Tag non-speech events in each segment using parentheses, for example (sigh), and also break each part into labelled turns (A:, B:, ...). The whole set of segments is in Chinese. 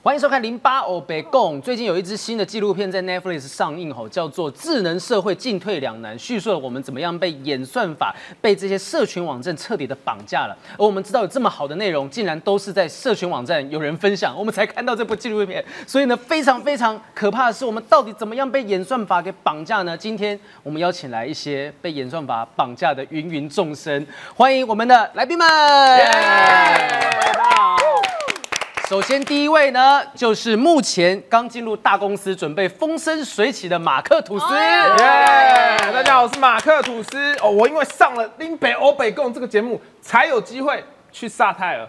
A: 欢迎收看《零八欧北共》。最近有一支新的纪录片在 Netflix 上映，吼，叫做《智能社会进退两难》，叙述了我们怎么样被演算法、被这些社群网站彻底的绑架了。而我们知道有这么好的内容，竟然都是在社群网站有人分享，我们才看到这部纪录片。所以呢，非常非常可怕的是，我们到底怎么样被演算法给绑架呢？今天我们邀请来一些被演算法绑架的芸芸众生，欢迎我们的来宾们。首先，第一位呢，就是目前刚进入大公司、准备风生水起的马克吐斯。
B: 耶、大家好，我是马克吐司。哦，我因为上了《林北欧北共》这个节目，才有机会去萨泰尔。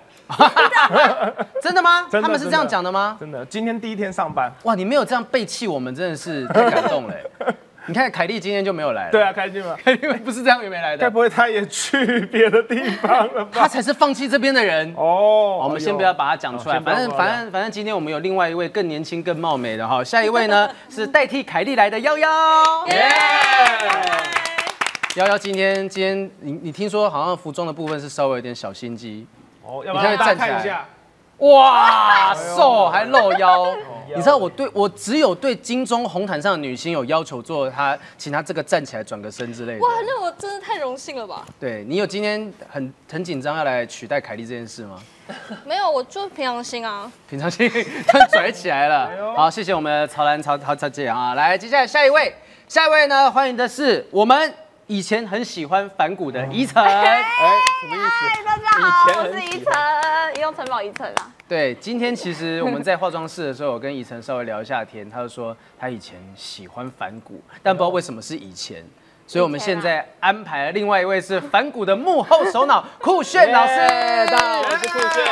A: 真的吗？
B: 真的
A: 他们是这样讲的吗？
B: 真的，今天第一天上班。
A: 哇，你没有这样背弃我们，真的是太感
B: (laughs)
A: 动了。你看凯莉今天就没有来了，
B: 对，啊，啊开心吗？
A: 凯莉不是这样也没来
B: 该
A: 的，
B: 不会他也去别的地方了吧？
A: 她才是放弃这边的人。
B: 哦，
A: 我们先不要把它讲出来，
B: 哦先不要
A: 反正
B: 不要
A: 反正反正今天我们有另外一位更年轻、更貌美的哈，下一位呢是代替凯莉来的幺
B: (laughs)
A: 幺。
B: 哎呀。
A: 幺幺今天今天你你听说好像服装的部分是稍微有点小心机，
B: 哦，要不
A: 你看
B: 要大家看
A: 站
B: 一
A: 起来
B: 下？
A: 哇，瘦还露腰，你知道我对我只有对金钟红毯上的女星有要求，做她请她这个站起来转个身之类的
C: 哇。，那我真的太荣幸了吧？
A: 对你有今天很很紧张要来取代凯莉这件事吗？
C: 没有，我就平常心啊。
A: 平常心 (laughs) 突然拽起来了。
B: 呦
A: 好，谢谢我们曹兰曹曹曹姐啊，来，接下来下一位，下一位呢，欢迎的是我们以前很喜欢反骨的宜晨。
B: 哎，什么意思？
D: 大家
B: 以
D: 好，
B: 前
D: 我
B: 很
D: 是
B: 喜
D: 宜晨，移动城堡宜晨啊。
A: 对，今天其实我们在化妆室的时候，我跟以晨稍微聊一下天，他就说他以前喜欢反骨，但不知道为什么是以前。所以我们
B: 啊
A: 现在安排了另外一位是反骨的幕后首
B: (laughs)
A: 脑酷炫老师
B: 耶大家好，我是酷炫。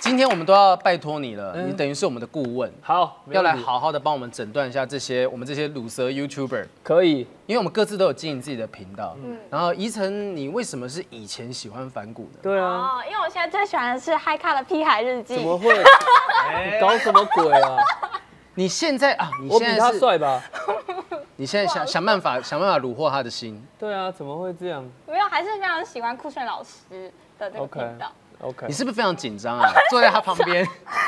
A: 今天我们都要拜托你了，你等于是我们的顾问，
E: 好，嗯没
A: 要来
E: 问题，
A: 好好的帮我们诊断一下这些我们这些乳蛇 YouTuber，
E: 可以。
A: 因为我们各自都有经营自己的频道。
B: 嗯
A: 然后宜晨，你为什么是以前喜欢反骨呢？
E: 对啊，
D: 哦，因为我现在最喜欢的是嗨咖的《屁孩日记
E: 怎》。么会？你搞什么鬼啊？
A: 你现在啊，你
E: 我
A: 现
E: 比
A: 在
E: 他
A: 是，
E: 帅吧？
A: 你现在想想办法，想办法虏获他的心。
E: 对啊，怎么会这样
D: 没有，还是非常喜欢酷炫老师的这个
E: ？OK
D: 频道。
E: OK，
A: 你是不是非常紧张啊？ (laughs) 坐在他旁
D: (laughs)
A: 边。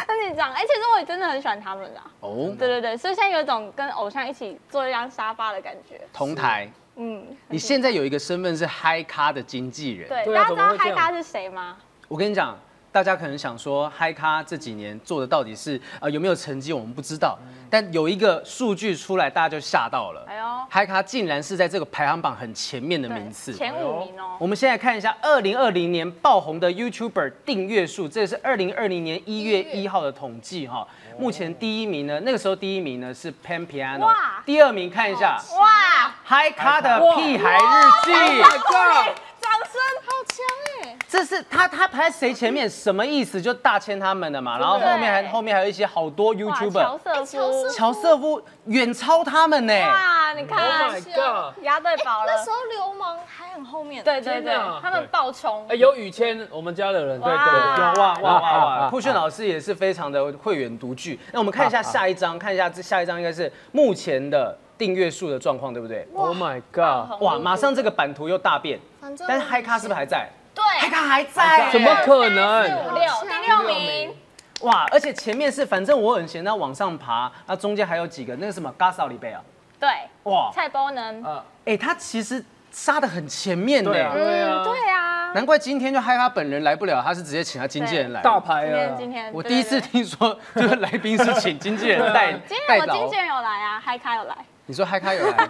D: 那你这样，哎，其实我也真的很喜欢他们啦。
A: 哦，
D: 对对对，所以现在有一种跟偶像一起坐一张沙发的感觉。
A: 同台。
D: 嗯，
A: 你现在有一个身份是嗨咖的经纪人。，
D: 对，
E: 对啊
D: 大家知
E: 怎么
D: 道
E: 会这
D: 嗨
E: 样
D: 咖是谁吗？
A: 我跟你讲，大家可能想说嗨咖这几年做的到底是呃有没有成绩，我们不知道。但有一个数据出来，大家就吓到了。
D: 嗯哎呦，
A: 嗨咖竟然是在这个排行榜很前面的名次
D: 对，。前五名哦。
A: 我们现在看一下二零二零年爆红的 YouTuber 订阅数，这是二零二零年一月一号的统计
D: 哦
A: 哈。目前第一名呢，那个时候第一名呢是 Pan Piano，
D: 哇
A: 第二名看一下
D: 哇，
A: 嗨咖的屁孩日记，
D: 掌声好强哎！
A: 这是他他排在谁前面？什么意思？就大签他们的嘛。然后后面还后面还有一些好多
D: 哇，乔
A: YouTuber，
C: 哎
D: 瑟夫。
A: 乔瑟夫远超他们呢。
D: 哇，你看，
E: Oh god！
D: 押对宝
C: 哎那
D: 了
C: 时。候流氓还很后面，
D: 对对对
E: 天哪，
D: 他们爆冲
E: 哎，。有雨谦，我们家的人，对
D: 哇
E: 对
A: 有哇哇哇哇！ (laughs)
E: 啊
A: 酷炫老师也是非常的慧远独具。那我们看一下下一张，看一下这下一张应该是目前的订阅数的状况，对不对？
E: ，Oh my god！
A: 哇，马上这个版图又大变。
C: 反正
A: 但是嗨咖是不是还在？
D: 对，
A: 哎嗨咖还在耶，
E: 哎怎么可
D: 五
E: 能？
D: 六第六名，
A: 哇？而且前面是反正我很闲，那往上爬，那中间还有几个那个什么嘎少里贝啊，
D: 对，
A: 哇！
D: 蔡波能，
E: 啊，
A: 哎、他其实杀的很前面呢、
B: 对啊
E: 对啊，
D: 对啊，
A: 难怪今天就害他本人来不了，他是直接请他经纪人来。
E: 大牌
D: 今天
E: 啊，
D: 今天，
A: 我
D: 对
A: 第一次，
D: 对对
A: 听说，就是来宾是请经纪人带
D: 今
A: 带
D: 天我
A: 导
D: 经纪。人有来啊，嗨咖有来，
A: 你说嗨咖有来，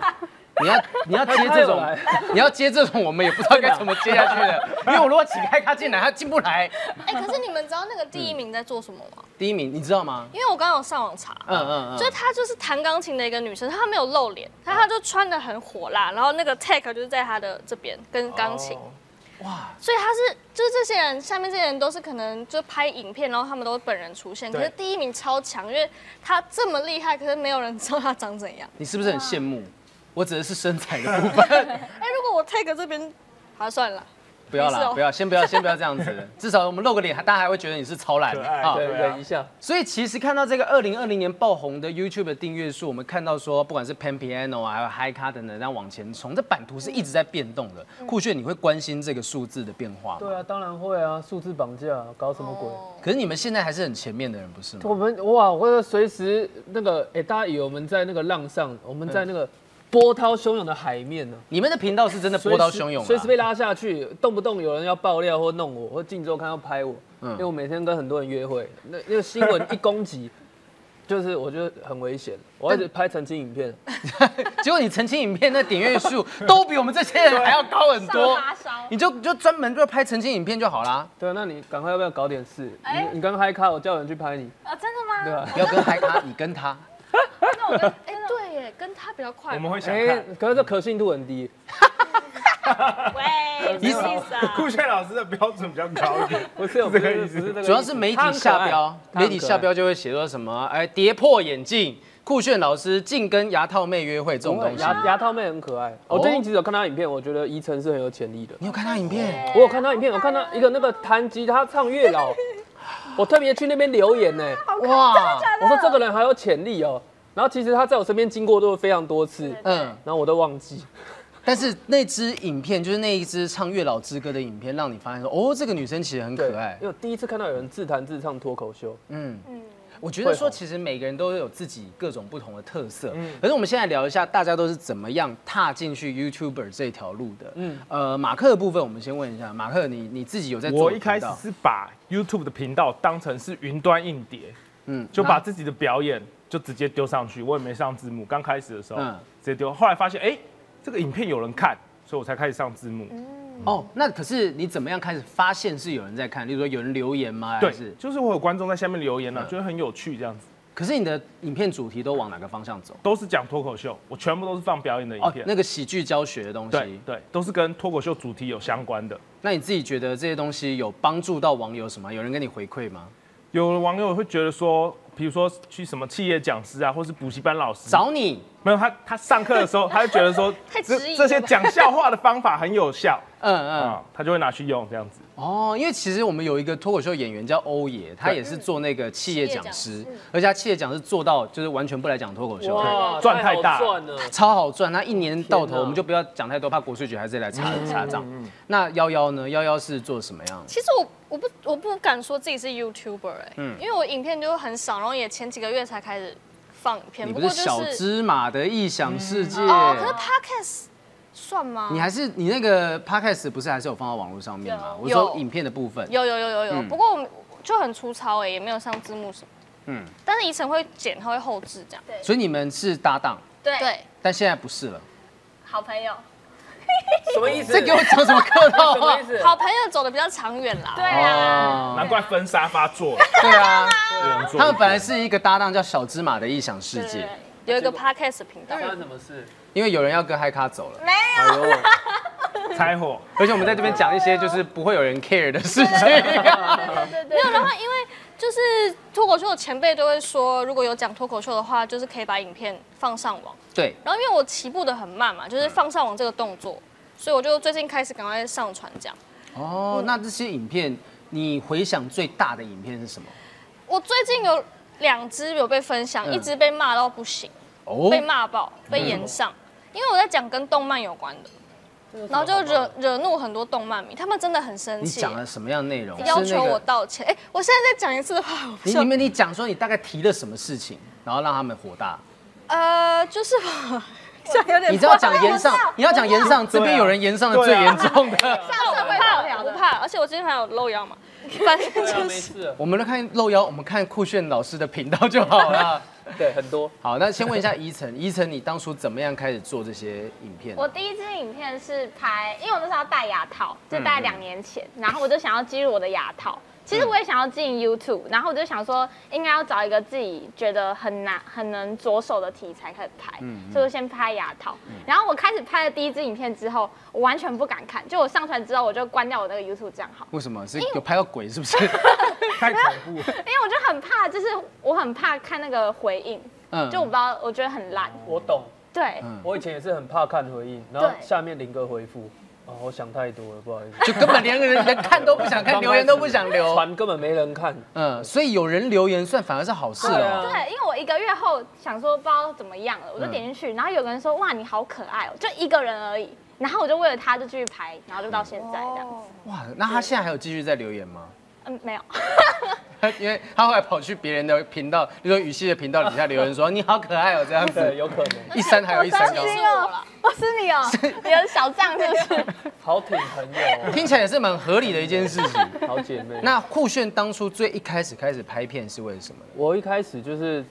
A: 你要你要接这种
E: 嗨咖有，
A: 你要接这种，我们也不知道该怎么接下去了。因为我如果请嗨咖进来，他进不来。
C: 哎，可是你们知道那个第一名在做什么吗？
A: 第一名，你知道吗？
C: 因为我刚刚有上网查，
A: 嗯嗯
C: 就
A: 嗯。
C: 她就是弹钢琴的一个女生，她没有露脸，她她就穿的很火辣，然后那个 tag 就是在她的这边跟钢琴。
A: 哦
C: 哇！所以她是，就是这些人，下面这些人都是可能就拍影片，然后他们都本人出现。可
B: 对
C: 是第一名超强，因为她这么厉害，可是没有人知道她长怎样。
A: 你是不是很羡慕？我指的是身材的部分。
C: 哎，如果我 tag 这边，好算了，
A: 不要
C: 没事
A: 啦，
C: 哦
A: 不要，先不要，先不要这样子，至少我们露个脸，大家还会觉得你是超懒
B: 可爱
A: 啊
E: 对，
B: 对啊
E: 忍一下，
A: 所以其实看到这个二零二零年爆红的 YouTube 的订阅数，我们看到说，不管是 Pan Piano 啊，还有 Hi Car 等等，那往前冲，这版图是一直在变动的。酷炫，你会关心这个数字的变化吗？
E: 嗯对啊，当然会啊，数字绑架，搞什么鬼？
A: 可是你们现在还是很前面的人，不是吗？
E: 我们哇，或者随时那个，哎、大家以为我们在那个浪上，我们在那个波涛汹涌的海面呢、
A: 你们的频道是真的波涛汹涌、啊，
E: 随时被拉下去，动不动有人要爆料或弄我，或晋州看要拍我，
A: 嗯
E: 因为我每天跟很多人约会，那那个新闻一攻击，就是我觉得很危险，我要一直拍澄清影片，
A: 结果你澄清影片的点阅数 (laughs) 都比我们这些人还要高很多
D: 上发烧，
A: 你就你就专门就拍澄清影片就好啦，
E: 对啊，那你赶快要不要搞点事？
D: 哎
E: 你你刚嗨咖，我叫人去拍你，
D: 啊，真的吗？
E: 对吧、
A: 不要跟嗨咖，你跟他。
C: 那我跟哎、对耶，跟他比较快吧。
B: 我们会想
E: 哎、
B: 看。
E: 可是这可信度很低，
D: 喂，
E: (laughs) 你
D: 什么意思啊？
B: 酷炫老师的标准比较高一点，
A: (laughs)
E: 不是，我哦不
B: 这
E: 是
B: 个
E: 不
B: 意思
E: 是这个意思，
A: 主要是媒体下标，
E: 他
A: 媒
E: 很可
A: 体
E: 爱
A: 下标就会写说什么，哎，跌破眼镜，酷炫老师竟跟牙套妹约会这种
E: 不会
A: 东西。
E: 牙牙套妹很可爱。我
A: 哦
E: 最近其实有看她影片，我觉得宜晨是很有潜力的。
A: 你有看他影片？
E: 我有看她影片，我看她一个那个弹吉他唱月老，我特别去那边留言呢、
A: 哇，
E: 我说这个人还有潜力哦、然后其实他在我身边经过都非常多次，
A: 嗯，
E: 然后我都忘记。
A: 但是那支影片就是那一支唱《月老之歌》的影片，让你发现说，哦，这个女生其实很可爱
E: 因为。我第一次看到有人自弹自唱脱口秀，
A: 嗯，
C: 嗯，
A: 我觉得
E: 会
A: 说
E: 红
A: 其实每个人都有自己各种不同的特色。
B: 嗯
A: 可是我们现在聊一下，大家都是怎么样踏进去 YouTuber 这条路的。嗯
E: 嗯，
A: 呃，马克的部分我们先问一下，马克你你自己有在做
B: 我
A: 频道？
B: 一开始是把 YouTube 的频道当成是云端硬碟，
A: 嗯
B: 就把自己的表演就直接丢上去，我也没上字幕。刚开始的时候
A: 嗯
B: 直接丢，后来发现哎、这个影片有人看，所以我才开始上字幕。
A: 哦，那可是你怎么样开始发现是有人在看？例如说有人留言吗？还
B: 对
A: 是，？
B: 就是我有观众在下面留言了、啊
A: 嗯
B: 觉得很有趣，这样子
A: 可是你的影片主题都往哪个方向走？
B: 都是讲脱口秀，我全部都是放表演的影
A: 哦，
B: 片。
A: 那个喜剧教学的东
B: 对
A: 西。
B: 对，都是跟脱口秀主题有相关的。
A: 那你自己觉得这些东西有帮助到网友什么？有人跟你回馈吗？
B: 有网友会觉得说，比如说去什么企业讲师啊，或是补习班老师，
A: 找你
B: 没有他他上课的时候，他就觉得说
C: (laughs) 太
B: 这
C: 直译了
B: 这些
C: 吧
B: 讲笑话的方法很有效
A: 嗯嗯，
B: 啊、他就会拿去用这样子。
A: 哦，因为其实我们有一个脱口秀演员叫欧爷，他也是做那个企业讲
C: 企
A: 师
C: 业讲师，嗯
A: 而且他企业讲师做到就是完全不来讲脱口秀，
B: 赚太大
E: 好赚了。
A: 超好嗯赚。他一年到头，
E: 天哪
A: 我们就不要讲太多，怕国税局还是来查查账。那幺幺呢？幺幺是做什么样？
C: 其实我我不我不敢说自己是 YouTuber 哎、
A: 嗯
C: 因为我影片就很少，然后也前几个月才开始放影片，
A: 你
C: 不
A: 不
C: 过
A: 是
C: 就
A: 小
C: 是
A: 芝麻的异想世界，
C: 哦，可是 Podcast 算吗？
A: 你还是你那个 podcast 不是还是有放到网络上面吗？
C: 有
A: 我说
C: 有
A: 影片的部分，
C: 有有有有有，
A: 嗯
C: 不过我们就很粗糙哎、也没有上字幕什么。
A: 嗯
C: 嗯，但是宜晨会剪，他会后置这样。
A: 所以你们是搭档，
D: 对
C: 对，
A: 但现在不是了。 (laughs)
D: 好朋友，
E: (laughs) 什么意思？
A: 这给我讲什么客套
E: 什么
A: 话
E: 意？思？
C: 好朋友走的比较长远啦。
D: 对
A: 哦
D: 啊，
B: (laughs) 难怪分沙发 (laughs) 坐，
A: 对啊，
B: 有人坐
A: 他们本来是一个搭档，叫小芝麻的异想世界，
C: 有一个 podcast 频道
E: 发，
A: 嗯
E: 生什么事？
A: 因为有人要跟嗨咖走了，
E: 哎呦，
B: 柴火，
A: 而且我们在这边讲一些就是不会有人 care 的事情。
C: 没有的话，因为就是脱口秀的前辈都会说，如果有讲脱口秀的话，就是可以把影片放上网。
A: (laughs) 对，
C: 然后因为我起步的很慢嘛，
A: 嗯
C: 就是放上网这个动作，所以我就最近开始赶快上传这样。
A: 哦，那这些影片你回想最大的影片是什么？
C: 我最近有两支有被分享，
A: 嗯
C: 一支被骂到不行，
A: 哦
C: 被骂爆，被延上，因为我在讲跟动漫有关的，然后就惹惹怒很多动漫迷，他们真的很生
A: 你
C: 气
A: 讲，了什么样的内容？
C: 要
A: 是那
C: 求
A: 个
C: 我道歉。哎，我现在再讲一次的话，我不
A: 你
C: 想
A: 你们你讲说你大概提了什么事情，然后让他们火大？
C: 呃，就是我这样有点
A: 你只要讲延上，你要讲延上，这边有人延上的最严重的。
C: 我
D: 社会
C: 怕
D: 不了
C: 我
D: 的
C: 怕，而且我今天还有露腰嘛，反正
E: 对啊 (laughs)
C: 就
E: 没
C: 是
E: 事。
A: 我们来看露腰，我们看酷炫老师的频道就好了。
E: 对，很多。
A: 好，那先问一下宜晨，宜晨你当初怎么样开始做这些影片？啊
D: 我第一支影片是拍，因为我那时候要戴牙套，就大概两年前，然后我就想要记录我的牙套。其实我也想要进 YouTube，然后我就想说，应该要找一个自己觉得很难、很能着手的题材开始拍，所以我先拍牙套。然后我开始拍了第一支影片之后，我完全不敢看，就我上传之后我就关掉我那个 YouTube 账号，
A: 为什么是有拍到鬼是不 (laughs) 是？
B: 太恐怖了。 (laughs)
D: 因为我就很怕，就是我很怕看那个回应，
A: 嗯
D: 就我不知道，我
E: 哦
D: 觉得很烂。
E: 我懂，
D: 对，
E: 我以前也是很怕看回应，然后
D: 对
E: 下面林哥回复，哦，我想太多了，不好意思。
A: 就根本连个人连看都不想 (laughs)
E: (laughs)
A: 看，留言都不想留。
E: 船根本没人看。
A: 嗯，所以有人留言算反而是好事
E: 对
A: 哦
E: 啊。
D: 对，因为我一个月后想说不知道怎么样了，我
A: 嗯
D: 就点进去，然后有个人说哇你好可爱哦，就一个人而已，然后我就为了他就继续排，然后就到现在这
A: 哦
D: 样子。
A: 哇，那他现在还有继续在留言吗？
D: 嗯，没有，
A: (laughs) 因为他后来跑去别人的频道，就说雨熙的频道底下留言说你好可爱哦、这样
E: 对，
A: 子，
E: 有可能。
A: (laughs) 一山还有一山
D: 伤
A: 高，
D: 心哦，我是你哦，你的小账是不
A: (laughs)
D: 是？
E: 好挺朋友，哦
A: 听起来也是蛮合理的一件事情。
E: 好姐
A: (laughs)
E: 妹。
A: 那酷炫当初最一开始开始拍片是为什么呢？
E: 我一开始就是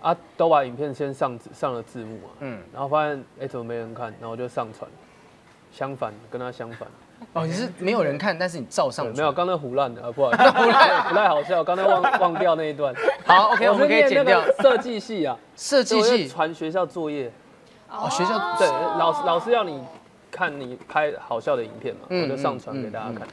E: 啊，都把影片先上字上了字幕啊，
A: 嗯
E: 嗯，然后发现哎、怎么没人看，然后我就上传，相反跟他相反，
A: 哦，你是没有人看，但是你照上
E: 对
A: 传
E: 没有，刚那胡乱的啊，不好意思，胡乱不太好笑，刚才忘忘掉那一
A: (laughs)
E: 段。
A: 好，OK，我们
E: 是
A: 可以
E: 念
A: 剪掉
E: (laughs) 那个设计系啊，
A: 设 (laughs) 计
E: 所以我就
A: 系
E: 传学校作业，
A: 哦，学校
E: 对，老师老师要你看你拍好笑的影片嘛，
A: 嗯
E: 我就上传给大家看，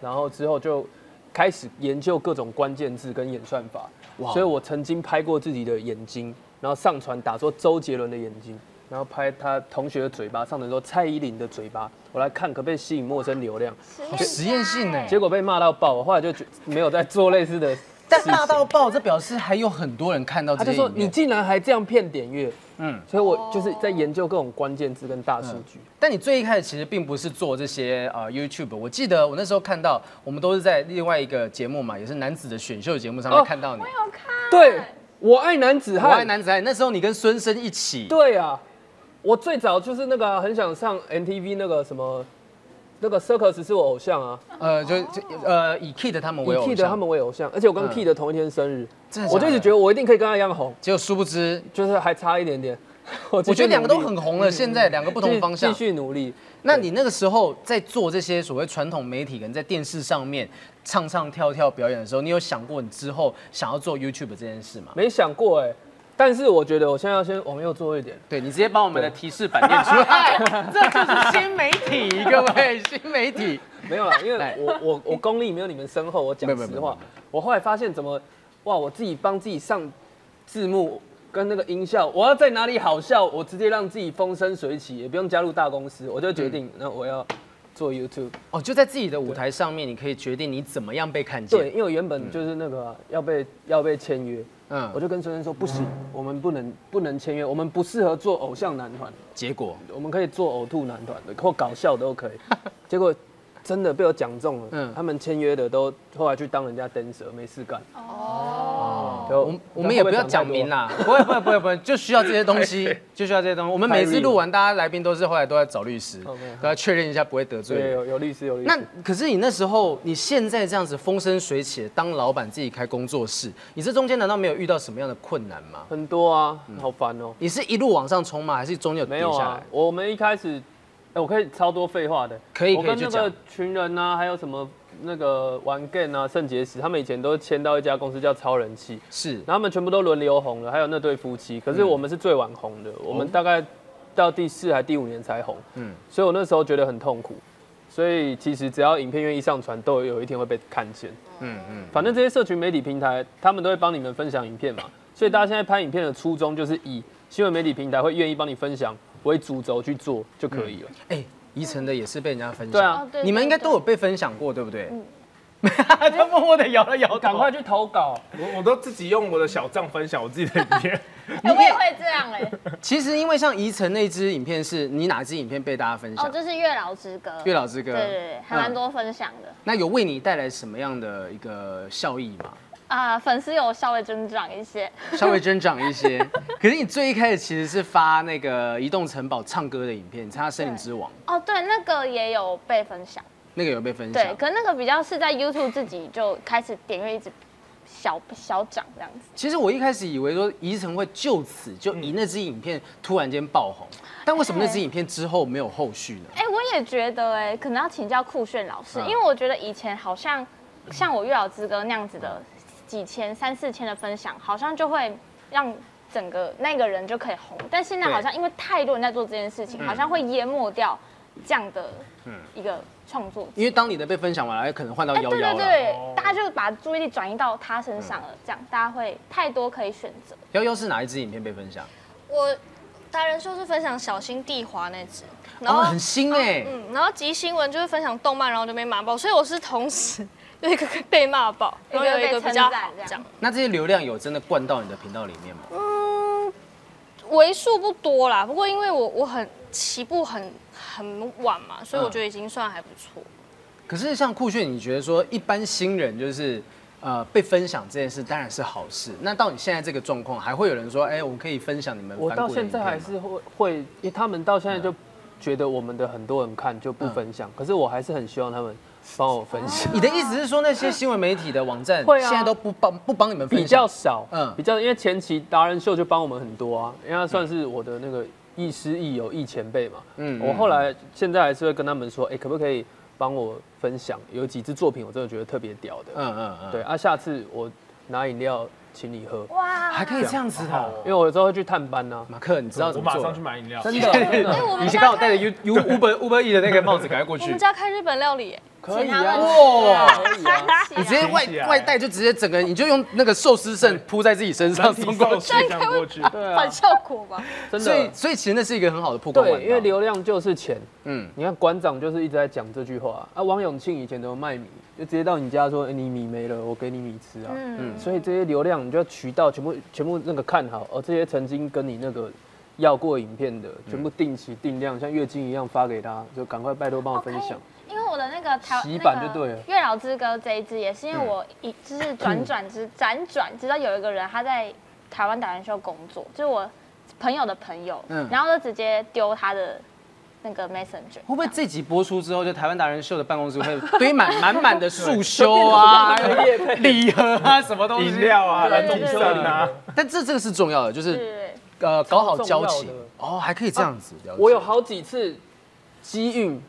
E: 然后之后就开始研究各种关键字跟演算法，
A: 哇
E: 所以我曾经拍过自己的眼睛，然后上传打说周杰伦的眼睛，然后拍他同学的嘴巴，上传说蔡依林的嘴巴，我来看可不可以吸引陌生流量，
A: 好实验性呢，
E: 结果被骂到爆，我后来就觉没有再做类似的事
A: 但
E: 情。
A: 大到爆，这表示还有很多人看到
E: 他
A: 这
E: 就
A: 些
E: 说
A: 影
E: 你
A: 片。
E: 竟然还这样骗点阅，
A: 嗯哦
E: 嗯，所以我就是在研究各种关键字跟大数据。
A: 但你最一开始其实并不是做这些呃 YouTube，我记得我那时候看到，我们都是在另外一个节目嘛，也是男子的选秀节目上面
E: 哦
A: 看到你。
E: 对，我爱男子
A: 我爱
E: 汉。
A: 男子汉，那时候你跟孙生一起，
E: 对啊，我最早就是那个啊、很想上 NTV 那个什么，那个 Circus 是我偶像啊，
A: 呃，就就呃以 Kid 他们
E: 以
A: 为偶
E: T
A: 像，
E: 的他们为偶像，而且我跟
A: 嗯
E: T 的同一天生日，
A: 真的假的
E: 我就一直觉得我一定可以跟他一样红，
A: 结果殊不知，
E: 就是还差一点点。 (laughs) 我
A: 我觉得两个都很
E: 不
A: 红了，现在两个不同方向
E: 嗯继。续努力。
A: 那你那个时候在做这些所谓传统媒体，可能在电视上面唱唱跳跳表演的时候，你有想过你之后想要做 YouTube 这件事吗？
E: 没想过哎、但是我觉得我现在要先往右做一点。
A: 对你直接把我们的提示板念 (laughs) 出来，哎这就是新媒 (laughs) 体，各位新媒体。
E: (laughs) 没有啦，因
A: 来
E: 为我我我功力没有你们深厚，我讲
A: 没有没有
E: 实
A: 没有
E: 话，我后来发现怎么，哇，我自己帮自己上字幕跟那个音效，我要在哪里好笑，我直接让自己风生水起，也不用加入大公司，我就
A: 嗯
E: 决定，那我要做 YouTube。
A: 哦，就在自己的舞台上面，你可以决定你怎么样被看见。
E: 对，，因为我原本就是那个啊、要被要被签约，
A: 嗯
E: 我就跟孙生说，不行，我们不能不能签约，我们不适合做偶像男团，
A: 结果，
E: 我们可以做呕吐男团的 (laughs) 或搞笑
A: (laughs)
E: 都可以。结果真的被我讲中了，
A: 嗯
E: 他们签约的都后来去当人家 dancer，没事干。哦，
A: 我我们也不要
E: 啊
A: 讲哎明啦，不会不会不会不会，就需要这些东西，就需要这些东西。我们每次录完，大家来宾都是后来都在找律师
E: OK，好，
A: 都要确认一下不会得罪
E: 对，
A: 人。
E: 有有律师有律师。
A: 那可是你那时候，你现在这样子风生水起，当老板自己开工作室，你这中间难道没有遇到什么样的困难吗？
E: 很多啊，好烦哦。
A: 你是一路往上冲吗？还是中间有
E: 没
A: 跌
E: 有
A: 嗯下
E: 啊
A: 来？，
E: 我们一开始，哎，我可以超多废话的。
A: 可以
E: 我
A: 可以
E: 跟
A: 就
E: 那
A: 讲
E: 个群人啊，还有什么那个玩 game 啊，圣结石，他们以前都签到一家公司叫超人气，
A: 是
E: 然后他们全部都轮流红了，还有那对夫妻。可是我们是最晚红的，我们大概到第四还第五年才红。
A: 嗯
E: 嗯，所以我那时候觉得很痛苦。所以其实只要影片愿意上传，都有一天会被看见。
A: 嗯嗯，
E: 反正这些社群媒体平台，他们都会帮你们分享影片嘛。所以大家现在拍影片的初衷，就是以新闻媒体平台会愿意帮你分享为主轴去做就可以了。
A: 哎，宜城的也是被人家分享，
E: 对啊
D: 哦对嗯
A: 你们应该都有被分享过，对不对？ (laughs) 他默默的摇了摇头，
E: 赶快去投稿，
B: 我我都自己用我的小账分享我自己的影 (laughs) 片，
D: 哎我也会这样哎，
A: 其实因为像宜城那支影片是你哪支影片被大家分享？
D: 哦，这是月老之歌，
A: 月老之歌，嗯
D: 对对对，还蛮多分享的。
A: 那有为你带来什么样的一个效益吗？
D: 啊，粉丝有稍微增长一些，
A: 稍微增长一些。 (laughs) 可是你最一开始其实是发那个移动城堡唱歌的影片，你参加《森林之王》，
D: 哦，对，那个也有被分享，
A: 那个有被分
D: 对，
A: 享。
D: 可那个比较是在 YouTube 自己就开始点阅一直小小涨这样子，
A: 其实我一开始以为说宜城会就此就
E: 嗯
A: 以那支影片突然间爆红，但为什么那支影片之后没有后续呢？
D: 哎、我也觉得哎、可能要请教酷炫老师，
A: 嗯
D: 因为我觉得以前好像像我月老之歌那样子的几千三四千的分享，好像就会让。整个那个人就可以红，但现在
A: 对嗯
D: 好像因为太多人在做这件事情，好像会淹没掉这样的一个创作者。
A: 因为当你的被分享完了，可能换到
D: 哎，
A: 幺
D: 对
A: 幺
D: 对
A: 了。
D: 对，大家就把注意力转移到他
A: 嗯
D: 身上了，这样大家会太多可以选择。
A: 幺幺是哪一支影片被分享？
C: 我达人秀是分享小心地滑那只，然
A: 哦，
C: 后、
A: 很新哎、
C: 嗯，然后集新闻就是分享动漫，然后就被骂爆，所以我是同时有一个被
D: (laughs)
C: 骂爆，然后有一个比
D: 一个被称
C: 较好
D: 赞这样
C: 这样，
A: 那这些流量有真的灌到你的频道里面吗？
C: 为数不多啦。不过因为我我很起步很很晚嘛，所以我觉得已经算还不错。
A: 可是像酷炫，你觉得说一般新人就是呃被分享这件事当然是好事，那到你现在这个状况，还会有人说，哎、我们可以分享你们
E: 我
A: 反
E: 到
A: 骨的
E: 现
A: 影片
E: 在
A: 吗
E: 还是会会，因为他们到现在就觉得我们的很多人看就不分享，可是我还是很希望他们帮我分享。
A: 你的意思是说那些新闻媒体的网站
E: 会啊
A: 现在都不帮不帮你们分
E: (laughs) 比
A: 享
E: 较少，
A: 嗯
E: 嗯，比较因为前期达人秀就帮我们很多啊，因为他算是我的那个亦师亦友亦前辈嘛，
A: 嗯
E: 嗯，我后来现在还是会跟他们说，哎、可不可以帮我分享？有几支作品我真的觉得特别屌的，
A: 嗯嗯嗯，
E: 对，啊，下次我拿饮料请你喝，
D: 哇，
A: 还可以这样子
B: 好
A: 的。
E: 因为我有时候会去探班啊呐、
A: 马克，你知道
B: 我
A: 怎么
B: 马
A: 做
B: 上去
A: 了？
B: 买饮料。
E: 真的，真的
C: 我
A: 你
C: 们
A: 先
C: 家
A: 刚好戴着 U (laughs) U Uber Uber E 的那个帽子，赶快过
C: 我
A: 去
C: 们。家开日本料理耶，
E: 可以
D: 请他
E: 啊，
D: 们
A: 哇
E: 可以啊，
D: (laughs)
A: 你直接外
B: 挺起来
A: 外带就直接整个，你就用那个寿司盛铺在自己身
B: (laughs)
A: 上
B: 上体
A: 送过
B: 寿
A: 去。
B: 司这样过去，
E: 对啊
C: 反，效果吧。
E: 真
A: 所以
E: 的，
A: 所以其实那是一个很好的曝光管道。
E: 对，因为流量就是钱。
A: 嗯，
E: 你看馆长就是一直在讲这句话啊。王永庆以前怎么卖米，就直接到你家说，哎、你米没了，我给你米吃啊。
D: 嗯，
E: 所以这些流量，你就要渠道全部全部那个看好，哦而、这些曾经跟你那个要过影片的，全部定期定量，像月经一样发给他，就赶快拜托帮我分享。
D: 哦因为我的那个台
E: 洗版就对了
D: 那个月老之歌这一支也是因
A: 嗯
D: 为我一就是转转之辗转，知道有一个人他在台湾达人秀工作，就是我朋友的朋友，
A: 嗯
D: 然后就直接丢他的那个 messenger，
A: 会不会这集播出之后，就台湾达人秀的办公室会堆满满满的束修啊、礼盒啊，什么东西？
B: 饮料啊，
D: 对
B: 蓝
D: 对
B: 桶
D: 对
B: 上啊，
A: 但这这个是重要的，就是
D: 是
A: 呃搞好交
E: 超
A: 情
E: 重要的
A: 哦，还可以这样子。了解
E: 我有好几次机运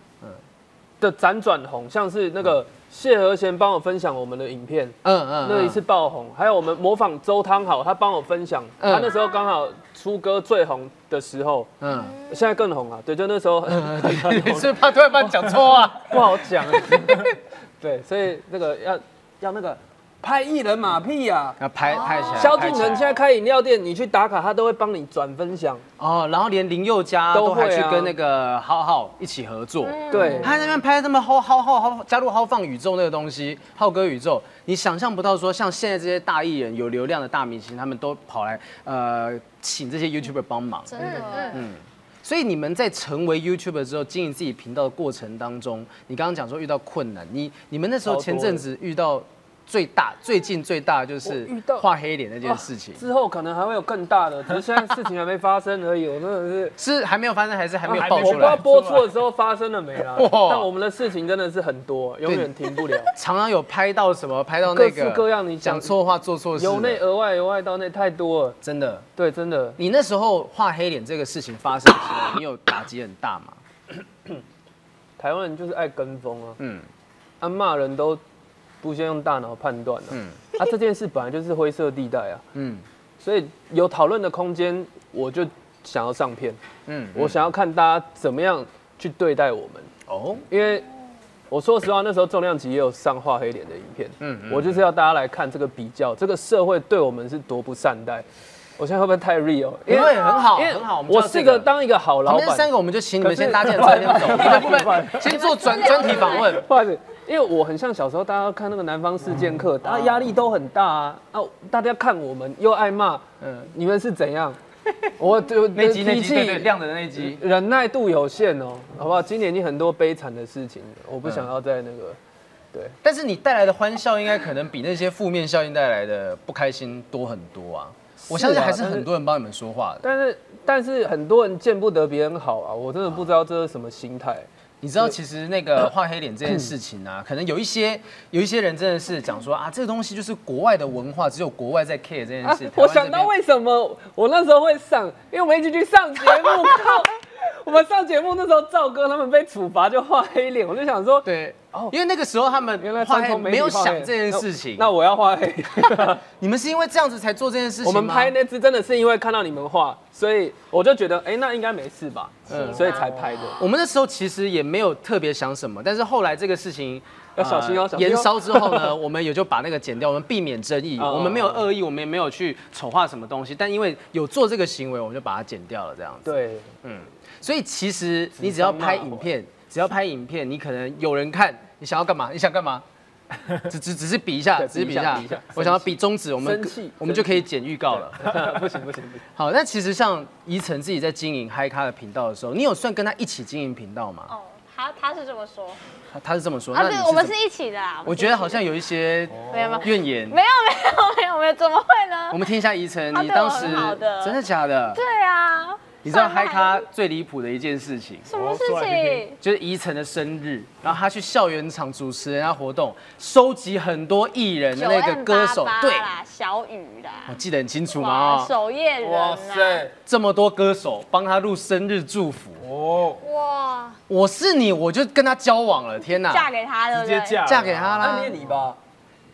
E: 的辗转红，像是那个谢和弦帮我分享我们的影片，
A: 嗯嗯嗯
E: 那一次爆红，还有我们模仿周汤好，他帮我分享，
A: 嗯
E: 他那时候刚好出歌最红的时候，
A: 嗯，
E: 现在更红了。啊对，就那时候
A: (laughs) 你是怕突然把你讲错 (laughs) 啊？
E: (laughs) 不好讲。 (laughs) 对，所以那个要要那个拍艺人马屁呀、
A: 啊，拍拍起来。
E: 萧
A: 拍
E: 敬
A: 起来
E: 腾现在开饮料店，你去打卡，他都会帮你转分享。
A: 哦，然后连林宥嘉
E: 都
A: 都嗯还
E: 会
A: 去
E: 啊
A: 跟那个浩浩一起合作。
E: 对，
A: 他在那边拍他们浩浩浩浩加入浩放宇宙那个东西，浩哥宇宙，你想象不到说像现在这些大艺人有流量的大明星，他们都跑来呃请这些 YouTuber 帮忙。
C: 真的，
D: 嗯，
A: 所以你们在成为 YouTuber 之后，经营自己频道的过程当中，你刚刚讲说遇到困难，你你们那时候
E: 超多
A: 前阵子遇到最大最近最大的就是
E: 我遇到
A: 画黑脸那件事情，
E: 之后可能还会有更大的，只是现在事情还没发生而已。我真的
A: (laughs)
E: 是。
A: 是还没有发生还是还没有
E: 啊
A: 爆
E: 我不
A: 出
E: 知道
A: 来？
E: 播出的时候发生了没
A: (laughs)
E: 啦
A: 哇，
E: 但我们的事情真的是很多，永远停
A: (laughs)
E: 不了，
A: 常常有拍到什么，拍到那
E: 各
A: 个
E: 式各样你讲
A: 讲呃错话、做错事的，
E: 由内而外，由外到内太多了。
A: 真的。
E: 对，真的，
A: 你那时候画黑脸这个事情发生的时候，你有打击很大吗？
E: 台湾人就是爱跟风啊，
A: 嗯，
E: 啊骂人都不先用大脑判断啊，
A: 嗯
E: 啊这件事本来就是灰色地带啊，
A: 嗯
E: 所以有讨论的空间，我就想要上片，
A: 嗯，
E: 我想要看大家怎么样去对待我们，
A: 哦，
E: 因为我说实话，那时候重量级也有上画黑脸的影片，
A: 嗯
E: 嗯
A: 嗯
E: 我就是要大家来看这个比较，这个社会对我们是多不善待。我现在会不会太 real？
A: 因为很好
E: 因为
A: 很好，们
E: 我
A: 知道
E: 是
A: 这
E: 个当一个好
A: 旁
E: 老
A: 边三
E: 板。
A: 个我们就请你们先搭建车先走，你们不能先做专专题访问。
E: 不好意思，因为我很像小时候大家看那个《南方四剑客》，
A: 嗯
E: 大家压力都很大啊啊！大家看我们又爱骂，嗯，你们是怎样？我就
A: (laughs) 那集那
E: 脾
A: 集对对
E: 气
A: 亮的那集，
E: 忍耐度有限哦，好不好？今年你很多悲惨的事情，我不想要再那个。
A: 嗯但是你带来的欢笑应该可能比那些负面效应带来的不开心多很多啊。我相信还是很多人帮你们说话的。
E: 但是但是很多人见不得别人好啊，我真的不知道这是什么心态。
A: 你知道，其实那
E: (coughs)
A: 个画黑脸这件事情
E: 嗯
A: 啊，可能有一些有一些人真的是讲说啊，这个东西就是国外的文化，只有国外在 care 这件
E: 啊
A: 事。台湾这边
E: (laughs) 我想到为什么我那时候会上，因为我们一起去上节目，靠！我们上节目那时候，赵哥他们被处罚就画黑脸，我就想说，
A: 对，
E: 哦
A: 因为那个时候他们
E: 原来
A: 画
E: 上
A: 黑
E: 通媒体
A: 没有
E: 画
A: 想
E: 黑
A: 这件事情。
E: 那那我要
A: (laughs)
E: 画黑。
A: 你们是因为这样子才做这件事情吗
E: 我们拍那支真的是因为看到你们画，所以我就觉得，哎，那应该没事嗯吧，所以才拍的。
A: 我们那时候其实也没有特别想什么，但是后来这个事情，
E: 要小心哦，小心哦
A: 盐烧之后
E: (laughs)
A: 呢，我们也就把那个剪掉，我们避免争议，
E: 哦
A: 我们没有恶意，我们也没有去丑化什么东西，但因为有做这个行为，我们就把它剪掉了，这样子。
E: 对， (laughs)
A: 所以其实你只要拍影片，只要拍影片，你可能有人看，你想要干嘛？你想干
E: (laughs)
A: 嘛？只只只是比一下，
E: 对
A: 只是比一
E: 比
A: 下
E: 一下比一下。
A: 我想要比中指，我们
E: 生气
A: 我们就可以剪预告了。
E: 不行不行不行，
A: 好，那其实像怡晨自己在经营嗨咖的频道的时候，你有算跟他一起经营频道吗？
D: 哦，他他是这么说，
A: 他他是这么说，
D: 啊，
A: 那
D: 不
A: 你
D: 是
A: 是，
D: 我们
A: 怎
D: 是
A: 么
D: 一起的啊啦。
A: 我觉得好像有一些
E: 哦
D: 没有没有
A: 怨言。
D: 没有没有没有没有，怎么会呢
A: 我？们听一下怡晨，
D: 他
A: 你
D: 对
A: 当
D: 我
A: 时
D: 很好的
A: 真的假的？
D: 对啊，
A: 你知道
D: 上海
A: 嗨咖最离谱的一件事情，
D: 什么事
B: 我要出来听
D: 情？
A: 就是怡晨的生日，然后他去校园场主持人家活动，收集很多艺人的那个歌手，
D: 9M88
A: 对，哦
D: 啦，小雨
A: 我
D: 啦，
A: 记得很清楚嘛、
D: 哇，
A: 哦，
D: 守夜人
E: 哇
D: 啊，
E: 塞，
A: 这么多歌手帮他录生日祝福，
B: 哦，
D: 嗯哇，
A: 我是你，我就跟他交往了，天哪，
D: 嫁给他了，
B: 直接嫁了
A: 嫁给他
E: 暗
A: 啦，
E: 恋你吧，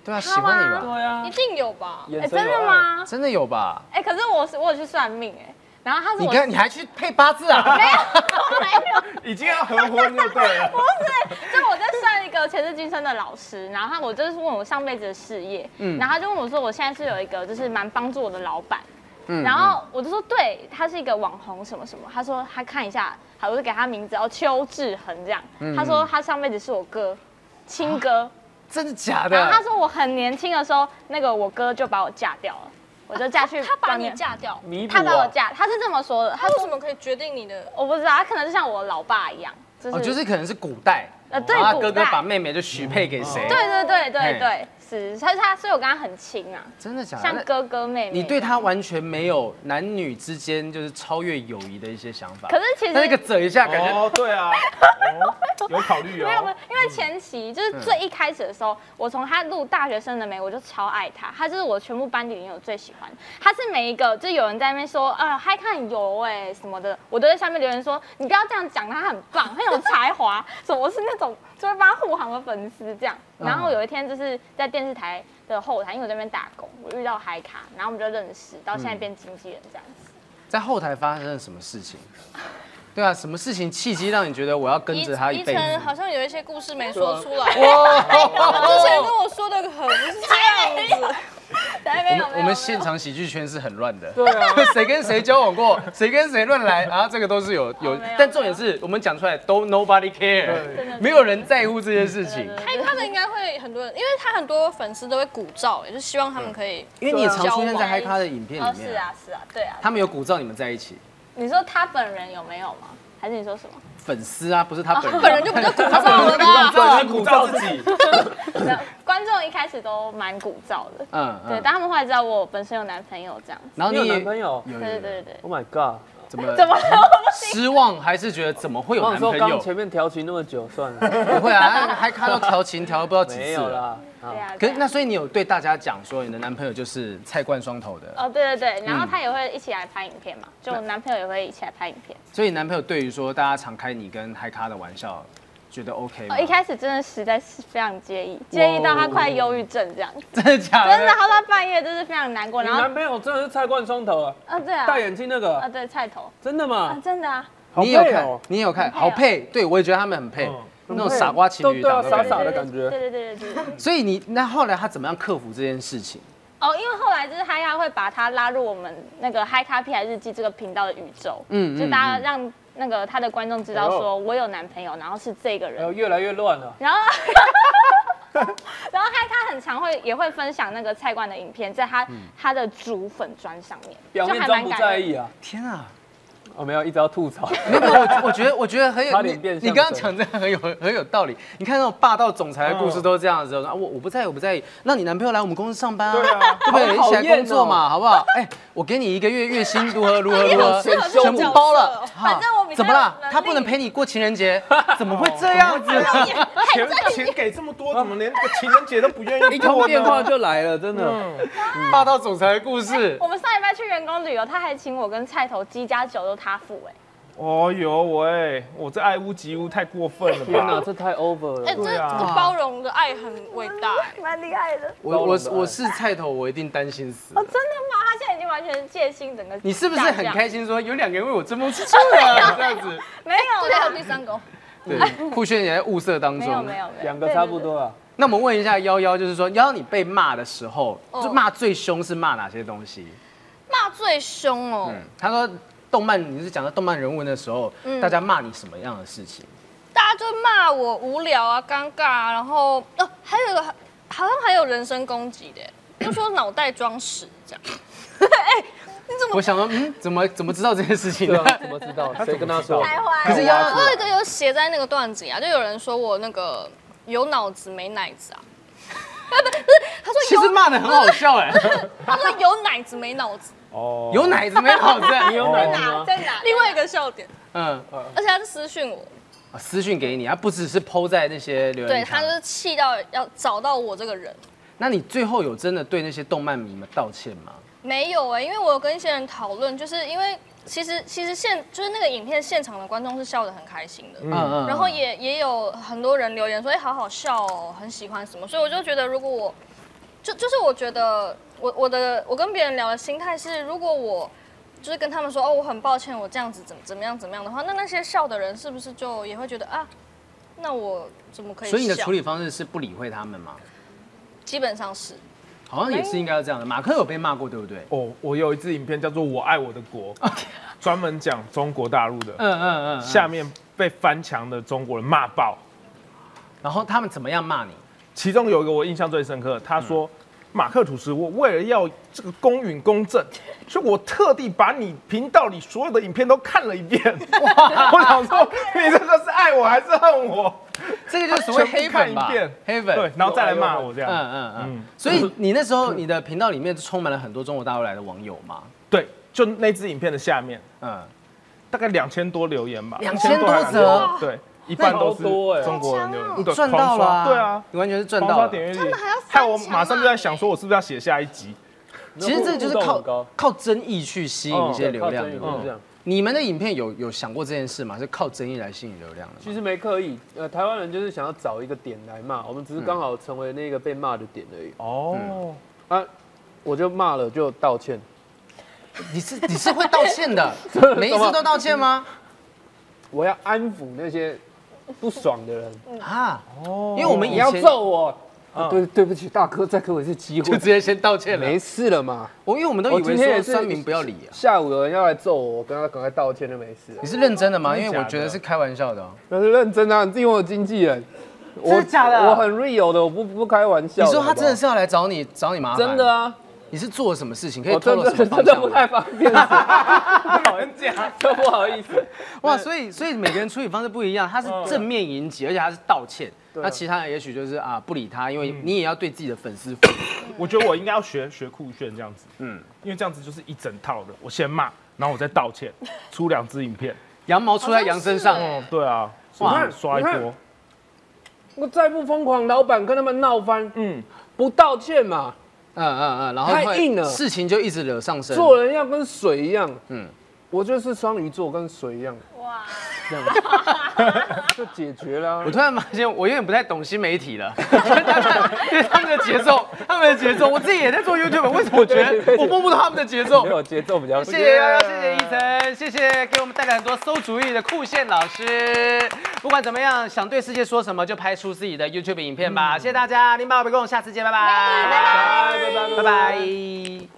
A: 对啊，喜欢你吧，
E: 对啊
C: 一，定有吧？
D: 哎、
E: 眼神
D: 真
E: 有
D: 的
E: 爱？
D: 吗？
A: 真的有吧？
D: 哎、可是我是我有去算命哎、然后他是
A: 你
D: 我
A: (laughs) 看你还去配八字啊？
B: 已经要合婚就对了。
D: 就我在算一个前世今生的老师，然后他我就是问我上辈子的事业，然后他就问我说我现在是有一个就是蛮帮助我的老板，
A: 嗯
D: 然后我就说对，他是一个网红什么什么，他说他看一下，好，我就给他名字哦，邱志恒这样，
A: 嗯
D: 他说他上辈子是我哥，亲
A: 啊
D: 哥，
A: 真的假
D: 然后他
A: 的？
D: 说我很年轻的时候，那个我哥就把我嫁掉了，我就嫁去
C: 啊他把
D: 外
C: 你
D: 面，
C: 嫁掉，
E: 弥补
D: 他把我
E: 啊，
D: 嫁，他是这么说的，
C: 他
D: 他
C: 为
D: 说
C: 什么可以决定你的？
D: 我不知道，他可能就像我老爸一样，就是、
A: 哦，就是可能是古代，哦
D: 呃对
A: 然后他
D: 古
A: 哥哥
D: 代哦
A: 把妹妹就许配给谁？
D: 对对对
A: 嘿
D: 对对，是，所以他所以我跟他很亲啊，
A: 真的假的？
D: 像
A: 那
D: 哥哥妹妹。
A: 你对？他完全没有男女之间就是超越友谊的一些想法。
D: 可是其实
A: 他那个整一下，感觉、
B: (laughs) 哦，对啊，哦有考虑
D: 没有没
B: 哦
A: 嗯
D: 有。，因为前期就是最一开始的时候，我从他录《大学生的美》，我就超爱他，他就是我全部班底里面我最喜欢。他是每一个，就有人在那边说，呃，嗨看油哎、什么的，我都在下面留言说，你不要这样讲，他很棒，很有才华， (laughs) 什么我是那种就会帮他护航的粉丝这样。然
A: 嗯
D: 后有一天就是在电视台的后台，因为我在那边打工，我遇到嗨卡，然后我们就认识，到
A: 嗯
D: 现在变经纪人这样子。
A: 在后台发生了什么事情？对啊，什么事情契机让你觉得我要跟着他一辈
C: 晨好
A: 子？
C: 像有哦一些故事没说出来，
A: 哇！
C: 之前跟我说的可不是这样子。
D: 对，
A: 我
D: 没有
A: 们
D: 没有。
A: 我们现场喜剧圈是很乱的，对啊，谁跟谁交往过，谁跟谁乱来，啊，这个都是有有
D: 哦没，有
A: 但重点是我们讲出来都 nobody care，没有人在乎这些事情，
C: 开哎他的应该会很多人，因为他很多粉丝都会鼓噪，也就希望他们
A: 嗯
C: 可以
A: 因为你也常出现
C: 交
A: 在
C: 往
A: 嗨咖的影片
D: 哦，
A: 里
D: 是
A: 面啊，
D: 啊是啊，对啊。
A: 他们有鼓噪你们在一起，
D: 你说他本人有没有吗？还是你说什么？
A: 粉丝啊，不是他本人，
C: 本人就比较鼓
A: 他本
C: 噪
A: 人
C: 了
A: 就鼓
C: 吧。
A: 噪
B: 他鼓噪自己，
D: (laughs) 没有观众一开始都蛮鼓噪的，
A: 嗯，嗯
D: 对，但他们后来知道我本身有男朋友这样子。
A: 然后
E: 你
A: 你
E: 有
A: 也
E: 男朋友
A: 有有
D: 对
A: 有
D: 对对，
E: ？Oh my god！
A: 怎么
D: 怎么了？
A: 失望，还是觉得怎么会有
E: 我
A: 男
E: 想说
A: 朋
E: 刚
A: 友？
E: 前面调情那么久，算了，
A: 不会啊，还看到调情调了不知道几
E: 没
A: 次
E: 有
A: 了。
E: 啦。
D: 对啊，
A: 可
D: 对
A: (laughs) 是
D: 啊
A: 那所以你有对大家讲说你的男朋友就是菜冠双头的，
D: 哦，对对
A: 嗯
D: 对，然后他也会一起来拍影片嘛，就我男朋友也会一起来拍影片。
A: 所以你男朋友对于说大家常开你跟嗨咖的玩笑，觉得 OK 吗
D: 哦，？一开始真的实在是非常介意，介意到他快忧郁症这样，
A: (laughs) 真的假的？
D: 真的，他到半夜就是非常难过，
E: 你
D: 然后
E: 男朋友真的是菜冠双头啊，
D: 啊，对啊，
E: 戴眼镜那
D: 啊，
E: 个，
D: 对菜头
E: 真的
D: 啊，
E: 吗？
D: 真的啊，
A: 呃你也有
E: 好配
A: 看
E: 哦，
A: 你也有看，
D: 配哦
A: 好配，对我也觉得他们很配
B: 嗯，
A: 那种傻瓜情侣
E: 都对
A: 档
E: 啊
A: 的
E: 傻
A: 感
E: 傻
A: 觉。
E: 的感觉
D: 对对对对对。对
A: 所以你那后来他怎么样克服这件事情？
D: 哦，因为后来就是嗨咖会把它拉入我们那个嗨咖屁孩日记这个频道的宇宙，
A: 嗯
D: 嗯，就大
A: 嗯嗯
D: 家让那个他的观众知道说我有男朋友，然后是这个
E: 哎
D: 人，
E: 呦，越来越乱了。 (laughs)
D: 然后。然后嗨，咖很常会也会分享那个菜冠的影片，在他、他的主粉砖上面，
E: 嗯表面
D: 就还
E: 装
D: 蛮
E: 不
D: 感
E: 在
D: 人
E: 意啊，
A: 天啊！
E: 我没有一直要吐槽，
A: 没有，没有我我觉得我觉得很有
E: 差
A: 你
E: 点变相
A: 你刚刚讲
E: 声
A: 这个很有很有道理。你看那种霸道总裁的故事都是这样子，啊，我我不在意，我不在意。那你男朋友来我们公司上班啊，
B: (laughs) 对啊
A: 对不对？一
E: 好
A: 起来
E: 讨厌
A: 工作嘛，好不好？哎，我给你一个月月薪如何如何如何，
E: 好适合这种
A: 全部
E: 角色
A: 包了。
D: 反正我比较
A: 怎么啦
D: 有能？力
A: 他不能陪你过情人节，怎么会这
B: 哦
A: 样啊子？
B: 哎钱钱给这么多，怎么连个情人节都不愿意？
E: (laughs) 一通电话就来了，真的。
A: (laughs) 嗯霸道总裁的故事，
D: 我们上礼拜去员工旅游，他还请我跟菜头鸡加酒都他付哎、
B: 哦呦喂，我这爱屋及乌太过分了
E: 天哪，
B: 吧？
E: 这太 over
C: 哎，这
E: 了。
B: 对啊
C: 这包容的爱很伟大。哎
D: 蛮厉害的。
A: 我我
E: 包容的爱
A: 我是菜头，我一定担心死。
D: 哦真的吗？他现在已经完全戒心，整个
A: 你是不是
D: 下
A: 很
D: 降
A: 啊开心？说有两个人为我争风吃醋了，这样子。
D: 没有
E: 哎啊
C: 对，还
D: 啦
C: 有第三个，哦
B: 对，
A: 酷炫也在物色当
D: 没有
A: 中。
D: 没有没有，
E: 两个差不多啊了。
A: 那我们问一下幺幺，就是说，幺幺你被骂的时候，
C: 哦
A: 就骂最凶是骂哪些东西？
C: 骂最凶哦，
A: 嗯，他说动漫，你是讲到动漫人物的时候，
C: 嗯
A: 大家骂你什么样的事情？
C: 大家就骂我无聊啊、尴尬、啊，然后哦，还有一个好像还有人身攻击的，就说脑袋装屎这样。
A: 我想说，嗯，怎么怎么知道这件事情
E: 对
A: 呢？
E: 啊，怎么知道？谁 (laughs) 跟他说？
D: 开花
A: 可是啊幺幺
C: 还有一个有写在那个段子里啊，就有人说我那个有脑子没奶子啊， (laughs) 不是不
A: (laughs) 其实
C: 是，他说有
A: 骂的很好笑哎，
C: 他说有奶子没脑子，啊
B: 哦，
A: (laughs) 有奶子没好子， (laughs)
E: 你有奶吗？
D: 在哪？
C: 另外一个笑点，
A: 嗯，
C: 而且他是私讯我，
A: 啊私讯给你，他不只是抛在那些留
C: 对
A: 言
C: 他
A: 上
C: 就。是气到要找到我这个人。
A: 那你最后有真的对那些动漫迷们道歉吗？
C: 没有哎、因为我有跟一些人讨论，就是因为其实其实现就是那个影片现场的观众是笑得很开心的，
A: 嗯嗯
C: 然后也也有很多人留言说哎、好好笑哦，很喜欢什么，所以我就觉得如果我就就是我觉得我我的我跟别人聊的心态是，如果我就是跟他们说哦我很抱歉我这样子怎么怎么样怎么样的话，那那些笑的人是不是就也会觉得啊，那我怎么可以笑？
A: 所以你的处理方式是不理会他们吗？
C: 基本上是
A: 好像也是应该要这样的。马克有被骂过，对不对？
B: 哦，我有一支影片叫做《我爱我的
A: (laughs)
B: 国》，专门讲中国大陆的，
A: 嗯嗯嗯。
B: 下面被翻墙的中国人骂爆。
A: 然后他们怎么样骂你？
B: 其中有一个我印象最深刻，他说：“马克吐司，我为了要这个公允公正，所以我特地把你频道里所有的影片都看了一遍。” (laughs) 我想说，你这个是爱我还是恨我？
A: 这个就是所谓
B: 全部
A: 黑
B: 看
A: 粉
B: 一
A: 吧
B: 遍，
A: 黑粉。
B: 对，然后再来骂我这
A: 嗯
B: 样。
A: 嗯嗯。所以你那时候你的频道里面就充满了很多中国大陆来的网友嘛？
B: 对，就那支影片的下面，
A: 嗯。
B: 大概两千多留言吧，
A: 2000多
B: 还是
A: 则哦
B: 两千多对，一半都是
E: 那好多欸
B: 中国人留言，嗯对
A: 哎赚到了、
B: 狂刷对啊，
A: 你完全是赚
B: 狂
A: 到
B: 刷
A: 了。
B: 点阅率，
C: 们还要翻
B: 害我
C: 墙
B: 马上就在
C: 骂
B: 想
C: 你
B: 说，我是不是要写下一集？
E: 哦
A: 其实这就是
E: 互动
A: 靠
E: 很高嗯
A: 靠争议去吸引一些流量。对不对
E: 哦这样。
A: 你们的影片有有想过这件事吗？是靠争议来吸引流量的
E: 其
A: 吗？
E: 实没刻意，呃，台湾人就是想要找一个点来骂，我们只是刚好成为那个被骂的点而已。
B: (laughs) 哦，
E: 啊，我就骂了，就道歉。
A: 你是你是会道歉的，每一次都道歉吗？
E: 我要安抚那些不爽的
C: (laughs)
E: 人。
A: 啊，因为我们以
E: 你要
A: 前 (laughs)
E: 揍我？啊对，对不起，大哥，再给我一次机
A: 就
E: 会
A: 直。接先道歉了。
E: 没事了嘛，
A: 我因为我们都
E: 我
A: 以
E: 今
A: 为
E: 天也
A: 说
E: 是
A: 酸民不要理啊。
E: 下午有人要来揍我，我跟他赶快道歉就没事了
A: 你。是认真的吗？因
B: 真
A: 为
B: 的
A: 我
B: 假的
A: 觉得是开玩笑的哦。
E: 那是认真啊，你自己问我经纪人。我
A: 真的假的
E: 我很 real 的，我不不开玩笑
A: 你
E: 的。
A: 说他
E: 好不好
A: 真的是要来找你找你麻烦？
E: 真的？啊，
A: 你是做了什么事情？可以
E: 我
A: 透
E: 真
A: 露
E: 的
A: 什么
E: 真
A: 方向
E: 的不
A: 吗？
E: 太方便说，不好讲，真 (laughs) 不好意思。
A: 哇，所以所以每个人处理方式不一样，他是正面迎击，而且他是道歉。那其他人也许就是啊不理他，因为
E: 嗯
A: 你也要对自己的粉丝负责。
B: 我觉得我应该要学学酷炫这样子，嗯，因为这样子就是一整套的，我先骂，然后我再道歉，出两支影片，
A: 羊毛出在羊身上
C: 好，像是
B: 嗯，对啊，
A: 哇
B: 哇，刷一
E: 你
B: 波
E: 看，我再不疯狂，老板跟他们闹翻，
B: 嗯，
E: 不道歉嘛，
A: 嗯嗯嗯，然后
E: 太
A: 会
E: 硬了
A: 事情就一直惹上身。
E: 做人要跟水一样。
A: 嗯
E: 嗯，我就是双鱼座，跟水一样，
D: 哇，
E: 这样就解决了啊
A: 我。突然发现，我有点不太懂新媒体了， (laughs) 因为他们的节奏，他们的节奏，我自己也在做 YouTube，为什么我觉得我摸不到他们的节奏
E: 没？有节奏比较
A: 谢谢啊幺幺，谢谢依晨，谢谢给我们带来很多馊主意的酷炫老师。不管怎么样，想对世界说什么，就拍出自己的 YouTube 嗯影片吧。谢谢大家，林宝贝，跟我下次见，拜拜，
E: 拜拜拜
A: 拜
E: 拜
A: 拜。